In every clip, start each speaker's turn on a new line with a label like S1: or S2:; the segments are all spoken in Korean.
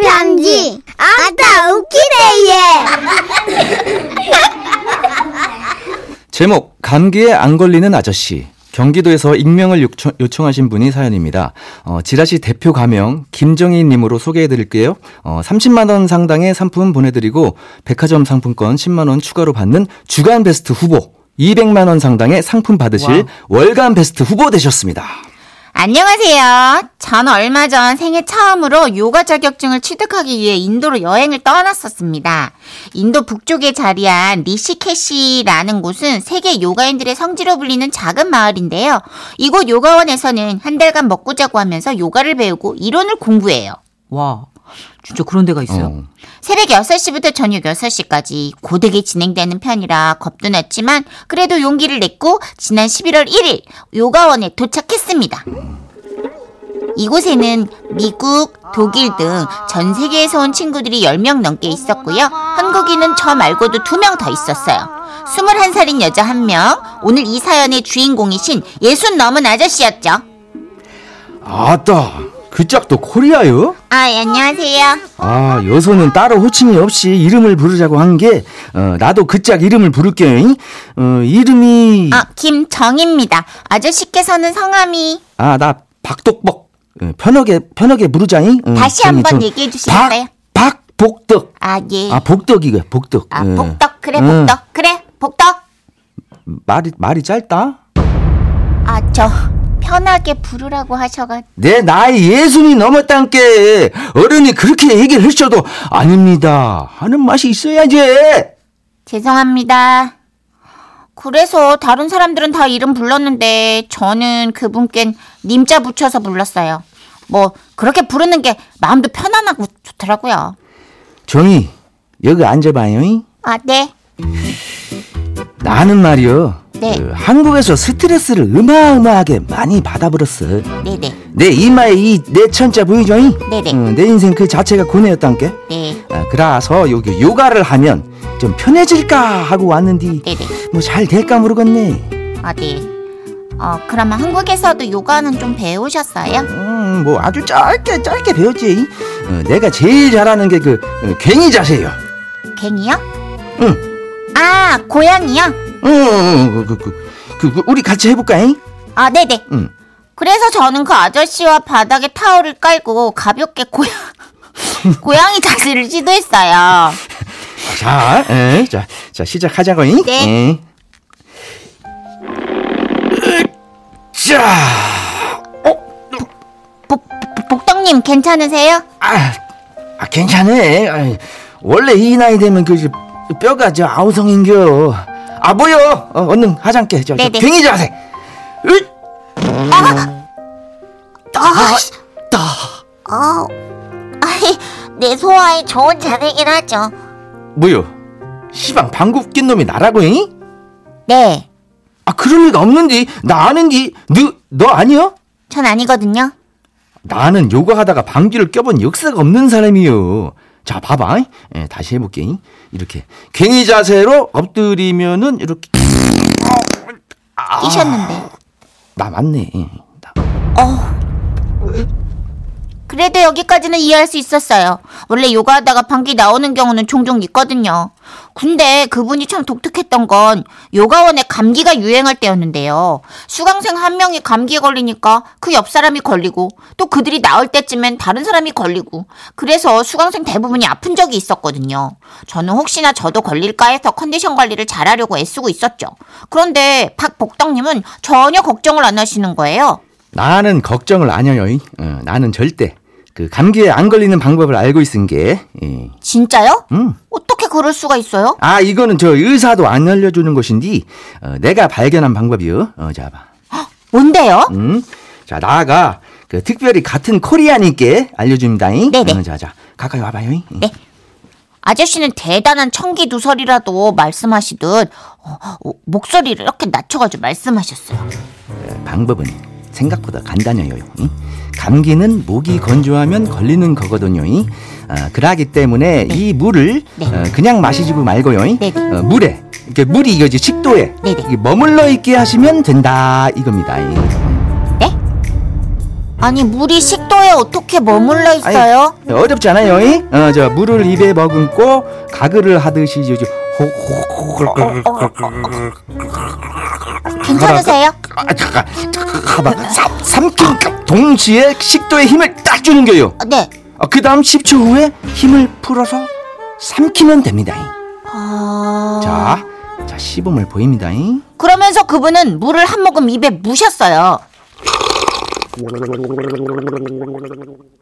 S1: 편지. 아따, 웃기네, 얘.
S2: 제목 감기에 안 걸리는 아저씨 경기도에서 익명을 요청, 요청하신 분이 사연입니다. 어, 지라시 대표 가명 김정희님으로 소개해드릴게요. 어, 30만 원 상당의 상품 보내드리고 백화점 상품권 10만 원 추가로 받는 주간 베스트 후보 200만 원 상당의 상품 받으실 월간 베스트 후보 되셨습니다.
S3: 안녕하세요. 전 얼마 전 생애 처음으로 요가 자격증을 취득하기 위해 인도로 여행을 떠났었습니다. 인도 북쪽에 자리한 리시케시라는 곳은 세계 요가인들의 성지로 불리는 작은 마을인데요. 이곳 요가원에서는 한 달간 먹고 자고 하면서 요가를 배우고 이론을 공부해요.
S4: 와, 진짜 그런 데가 있어요.
S2: 어,
S3: 새벽 6시부터 저녁 6시까지 고되게 진행되는 편이라 겁도 났지만 그래도 용기를 냈고 지난 11월 1일 요가원에 도착했습니다. 이곳에는 미국, 독일 등 전 세계에서 온 친구들이 10명 넘게 있었고요. 한국인은 저 말고도 2명 더 있었어요. 21살인 여자 1명, 오늘 이 사연의 주인공이신 예순 넘은 아저씨였죠.
S2: 아따 그 짝도 코리아요?
S3: 아, 예, 안녕하세요.
S2: 아 여소는 따로 호칭이 없이 이름을 부르자고 한 게 나도 그 짝 이름을 부를게요. 어, 이름이
S3: 아, 김정입니다. 아저씨께서는 성함이
S2: 아, 나 박독복. 어, 편하게 편하게 부르자잉. 어,
S3: 다시
S2: 저는
S3: 한번
S2: 저-
S3: 얘기해 주실까요?
S2: 박 박복덕.
S3: 아, 예.
S2: 아, 복덕이게 복덕.
S3: 아,
S2: 예.
S3: 복덕. 그래,
S2: 어,
S3: 복덕. 그래, 복덕.
S2: 말이 말이 짧다.
S3: 아, 저 편하게 부르라고 하셔가
S2: 내 나이 예순이 넘었단 게 어른이 그렇게 얘기를 하셔도 아닙니다 하는 맛이 있어야지.
S3: 죄송합니다. 그래서 다른 사람들은 다 이름 불렀는데 저는 그분께 님자 붙여서 불렀어요. 뭐 그렇게 부르는 게 마음도 편안하고 좋더라고요.
S2: 정희 여기 앉아봐요.
S3: 아, 네.
S2: 나는 말이요.
S3: 네.
S2: 그 한국에서 스트레스를 어마어마하게 많이 받아버렸어.
S3: 네, 네.
S2: 내 이마에 이 내 천자 보이죠?
S3: 네네.
S2: 내 인생 그 자체가 고뇌였단 게.
S3: 네.
S2: 아, 그래서 여기 요가를 하면 좀 편해질까 하고 왔는데
S3: 네, 네.
S2: 뭐 잘 될까 모르겠네.
S3: 아, 네. 어, 그러면 한국에서도 요가는 좀 배우셨어요?
S2: 음, 뭐 아주 짧게 짧게 배웠지. 어, 내가 제일 잘하는 게 그 괭이 자세요. 어,
S3: 갱이요? 응. 아, 고양이요?
S2: 어, 어, 어, 그, 그, 그, 그, 우리 같이 해볼까? 잉?
S3: 아, 네네.
S2: 응.
S3: 그래서 저는 그 아저씨와 바닥에 타월을 깔고 가볍게 고양, 고양이 자세를 시도했어요.
S2: 자, 에, 자, 자 시작하자고. 잉?
S3: 네.
S2: 에. 자,
S3: 복, 복덕님 괜찮으세요?
S2: 아, 아 괜찮네. 아, 원래 이 나이 되면 그 이제 뼈가 저 아우성인겨. 아 뭐요? 어, 얼른 하장께 저, 저
S3: 네네.
S2: 괭이 자세. 으,
S3: 아,
S2: 따.
S3: 아, 아이, 내 소화에 좋은 자세긴 하죠.
S2: 뭐요? 시방 방구 낀 놈이 나라고 잉?
S3: 네,
S2: 아 그럴 리가 없는디. 나 아는디. 너너 아니여?
S3: 전 아니거든요.
S2: 나는 요가하다가 방귀를 껴본 역사가 없는 사람이요. 자, 봐봐. 예, 다시 해볼게. 이렇게. 괭이 자세로 엎드리면은 이렇게.
S3: 끼셨는데.
S2: 나 맞네. 예, 나.
S3: 어. 그래도 여기까지는 이해할 수 있었어요. 원래 요가하다가 방귀 나오는 경우는 종종 있거든요. 근데 그분이 참 독특했던 건 요가원에 감기가 유행할 때였는데요. 수강생 한 명이 감기에 걸리니까 그 옆 사람이 걸리고 또 그들이 나올 때쯤엔 다른 사람이 걸리고 그래서 수강생 대부분이 아픈 적이 있었거든요. 저는 혹시나 저도 걸릴까 해서 컨디션 관리를 잘하려고 애쓰고 있었죠. 그런데 박복덕님은 전혀 걱정을 안 하시는 거예요.
S2: 나는 걱정을 안 해요. 잉. 어, 나는 절대 그 감기에 안 걸리는 방법을 알고 있은 게. 예.
S3: 진짜요?
S2: 음.
S3: 어떻게 그럴 수가 있어요?
S2: 아, 이거는 저 의사도 안 알려주는 것인데 어, 내가 발견한 방법이요. 어, 자, 봐.
S3: 뭔데요?
S2: 음. 자, 나가 그 특별히 같은 코리아님께 알려줍니다. 잉.
S3: 네네.
S2: 어, 자, 자, 가까이 와봐요. 잉.
S3: 네. 아저씨는 대단한 청기두설이라도 말씀하시듯 어, 어, 목소리를 이렇게 낮춰가지고 말씀하셨어요.
S2: 방법은 생각보다 간단해요. 이. 감기는 목이 건조하면 걸리는 거거든요. 이. 아, 그러기 때문에 이 물을 어, 그냥 마시지고 말고요. 이.
S3: 네.
S2: 어, 물에 이렇게 물이 이거지 식도에
S3: 네, 네.
S2: 이게 머물러 있게 하시면 된다 이겁니다. 이.
S3: 네? 아니 물이 식도에 어떻게
S2: 음.
S3: 머물러 있어요?
S2: 어렵지 않아요. 이? 어, 저 물을 입에 머금고 가글을 하듯이 요즘
S3: 괜찮으세요?
S2: 아, 잠깐, 잠깐만. 삼- 삼킨 동시에 식도에 힘을 딱 주는 거예요.
S3: 아, 네.
S2: 아, 그다음 10초 후에 힘을 풀어서 삼키면 됩니다. 잉.
S3: 아...
S2: 자, 자 시범을 보입니다. 잉.
S3: 그러면서 그분은 물을 한 모금 입에 무셨어요.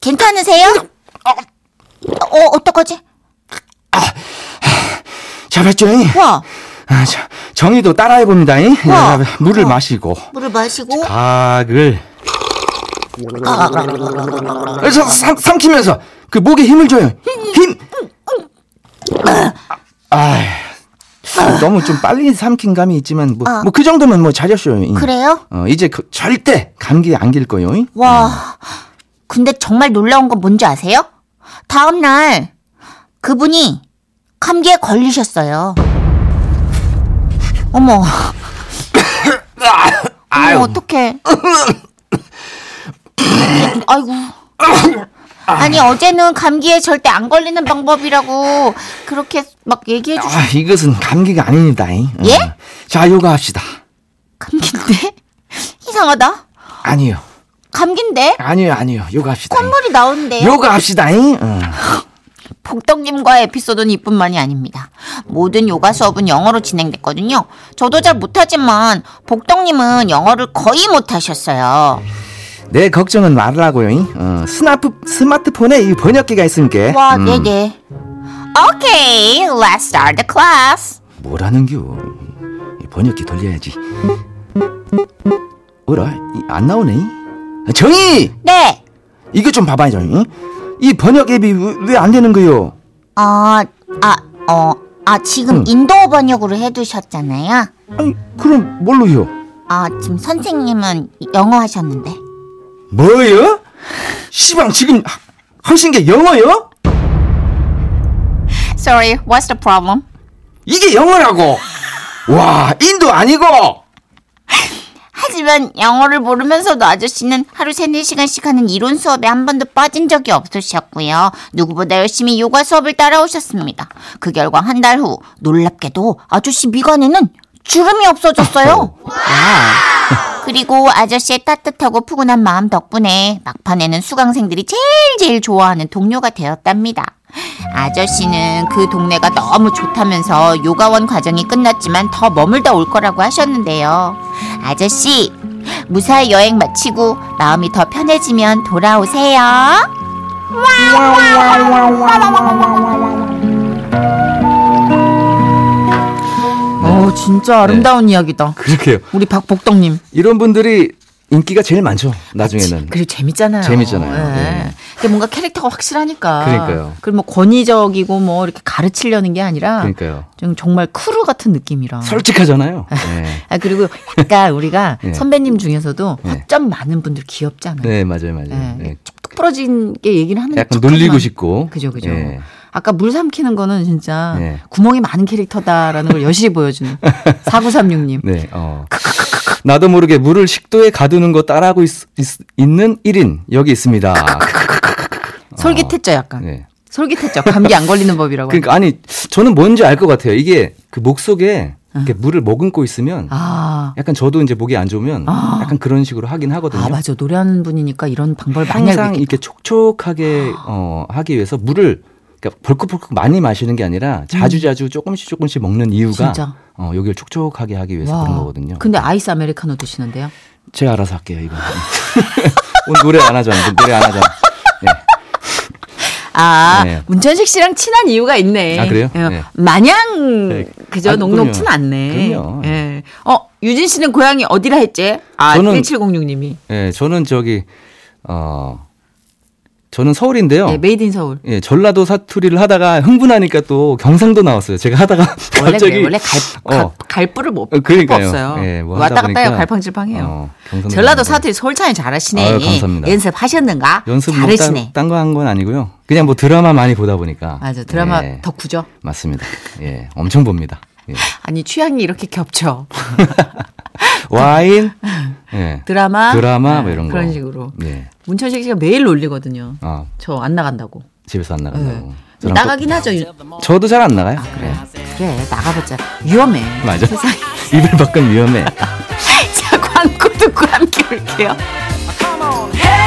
S3: 괜찮으세요?
S2: 음.
S3: 어, 어떡하지?
S2: 자, 발전이.
S3: 와,
S2: 아, 자, 정의도 따라해 봅니다. 잉.
S3: 우와.
S2: 자,
S3: 어.
S2: 물을 마시고
S3: 물을 마시고.
S2: 각을 그래서 삼, 삼키면서 그 목에 힘을 줘요. 힘. 아, 아, 너무 좀 빨리 삼킨 감이 있지만 뭐 뭐 그 정도면 뭐 잘했어요. 잉.
S3: 어. 그래요?
S2: 어, 이제 그- 절대 감기 안 길 거요. 잉.
S3: 와, 근데 정말 놀라운 건 뭔지 아세요? 다음날 그분이 감기에 걸리셨어요. 어머,
S2: 아유.
S3: 어머 어떡해. 아이고. 아니 어제는 감기에 절대 안 걸리는 방법이라고 그렇게 막 얘기해 주셨
S2: 아, 이것은 감기가 아닙니다. 잉. 어.
S3: 예?
S2: 자, 요가합시다.
S3: 감기인데? 이상하다.
S2: 아니요.
S3: 감기인데?
S2: 아니요, 아니요. 요가합시다. 잉.
S3: 콧물이 나오는데요.
S2: 요가합시다. 잉. 어.
S3: 복덕님과의 에피소드는 이뿐만이 아닙니다. 모든 요가 수업은 영어로 진행됐거든요. 저도 잘 못하지만 복덕님은 영어를 거의 못하셨어요.
S2: 내 걱정은 말라고요. 잉. 어, 스마트 스마트폰에 이 번역기가 있으니까.
S3: 와, 예.
S2: 음,
S3: 네네. Okay, let's start the class.
S2: 뭐라는 겨? 이 번역기 돌려야지. 어라, 이, 안 나오네. 잉. 정희,
S3: 네.
S2: 이거 좀 봐봐요. 잉. 이 번역 앱이 왜 안 되는 거요?
S3: 아, 아, 어, 아 지금
S2: 응.
S3: 인도어 번역으로 해두셨잖아요.
S2: 아니, 그럼 뭘로요?
S3: 아, 지금 선생님은 영어 하셨는데.
S2: 뭐요? 시방 지금 하- 하신 게 영어요?
S3: Sorry, what's the problem?
S2: 이게 영어라고. 와, 인도 아니고.
S3: 하지만 영어를 모르면서도 아저씨는 하루 세네 시간씩 하는 이론 수업에 한 번도 빠진 적이 없으셨고요. 누구보다 열심히 요가 수업을 따라오셨습니다. 그 결과 한 달 후 놀랍게도 아저씨 미간에는 주름이 없어졌어요. 그리고 아저씨의 따뜻하고 푸근한 마음 덕분에 막판에는 수강생들이 제일 제일 좋아하는 동료가 되었답니다. 아저씨는 그 동네가 너무 좋다면서 요가원 과정이 끝났지만 더 머물다 올 거라고 하셨는데요. 아저씨, 무사히 여행 마치고 마음이 더 편해지면 돌아오세요.
S4: 어,
S2: 네.
S4: 진짜 아름다운 이야기다.
S2: 그렇게요.
S4: 우리 박복덕님.
S2: 이런 분들이 인기가 제일 많죠. 나중에는.
S4: 그리고 재밌잖아요.
S2: 예, 네. 재밌잖아요.
S4: 예.
S2: 예.
S4: 근데 뭔가 캐릭터가 확실하니까.
S2: 그러니까요.
S4: 그리고 뭐 권위적이고 뭐 이렇게 가르치려는 게 아니라
S2: 그러니까요.
S4: 좀 정말 크루 같은 느낌이라.
S2: 음. 솔직하잖아요. 네.
S4: 아 그리고 약간 우리가
S2: 예.
S4: 선배님 중에서도
S2: 예.
S4: 허점 많은 분들 귀엽지 않아요?
S2: 네, 맞아요, 맞아요.
S4: 예.
S2: 예.
S4: 툭 부러진 게 얘기를 하는
S2: 약간
S4: 척하지만
S2: 놀리고 싶고.
S4: 그죠 그죠.
S2: 예.
S4: 아까 물 삼키는 거는 진짜
S2: 예.
S4: 구멍이 많은 캐릭터다라는 걸 여실히 보여주는 4936님.
S2: 네, 어. 나도 모르게 물을 식도에 가두는 거 따라하고 있, 있- 있는 1인 여기 있습니다.
S4: 솔깃했죠 약간.
S2: 네.
S4: 솔깃했죠. 감기 안 걸리는 법이라고.
S2: 그러니까 아니 저는 뭔지 알 것 같아요. 이게 그 목 속에 이렇게 물을 머금고 있으면
S4: 아,
S2: 약간 저도 이제 목이 안 좋으면 약간 그런 식으로 하긴 하거든요.
S4: 아 맞아 노래하는 분이니까 이런 방법을 많이
S2: 항상
S4: 알고 있
S2: 이렇게 촉촉하게 어, 하기 위해서 물을 그러니까 벌컥벌컥 많이 마시는 게 아니라 자주자주 조금씩 조금씩 먹는 이유가
S4: 음. 진짜.
S2: 어, 여기를 촉촉하게 하기 위해서 그런 거거든요.
S4: 근데 아이스 아메리카노 드시는데요?
S2: 제가 알아서 할게요 이거. 오늘 노래 안 하죠. 노래 안 하죠. 네.
S4: 아
S2: 네.
S4: 문천식 씨랑 친한 이유가 있네.
S2: 아, 그래요?
S4: 예.
S2: 네.
S4: 마냥
S2: 네.
S4: 그저
S2: 아,
S4: 녹록진
S2: 그럼요.
S4: 않네.
S2: 그럼요.
S4: 예. 어 유진 씨는 고향이 어디라 했지? 아
S2: 저는-
S4: 1706님이
S2: 예, 저는 저기 어 저는 서울인데요.
S4: 예, 메이드 인 서울.
S2: 예, 전라도 사투리를 하다가 흥분하니까 또 경상도 나왔어요. 제가 하다가
S4: 원래
S2: 갑자기
S4: 그래 원래 갈, 갈-
S2: 어.
S4: 갈부를 못
S2: 어, 그러니까요.
S4: 없어요.
S2: 예, 뭐 하다
S4: 왔다 갔다 해요
S2: 보니까,
S4: 갈팡질팡해요.
S2: 어, 경상도
S4: 전라도
S2: 나왔는데.
S4: 사투리 서울 차이 잘하시네.
S2: 아유, 감사합니다.
S4: 연습하셨는가?
S2: 연습
S4: 잘하시네.
S2: 뭐딴거 한 건 아니고요. 그냥 뭐 드라마 많이 보다 보니까.
S4: 맞아 드라마
S2: 예,
S4: 덕후죠.
S2: 맞습니다. 예, 엄청 봅니다.
S4: 아니 취향이 이렇게 겹쳐.
S2: 와인, 예.
S4: 드라마,
S2: 드라마 뭐 이런 거.
S4: 아, 그런 식으로.
S2: 예.
S4: 문천식 씨가 매일 놀리거든요.
S2: 아
S4: 저 안 나간다고.
S2: 집에서 안 나간다고.
S4: 네.
S2: 저랑
S4: 나가긴 하죠.
S2: 똑- 저도 잘 안 나가요.
S4: 아, 그래, 그래 나가봤자 위험해.
S2: 예. 맞아. 이불 밖은 위험해.
S4: 자 광고 듣고 함께 올게요.
S5: Come on, hey!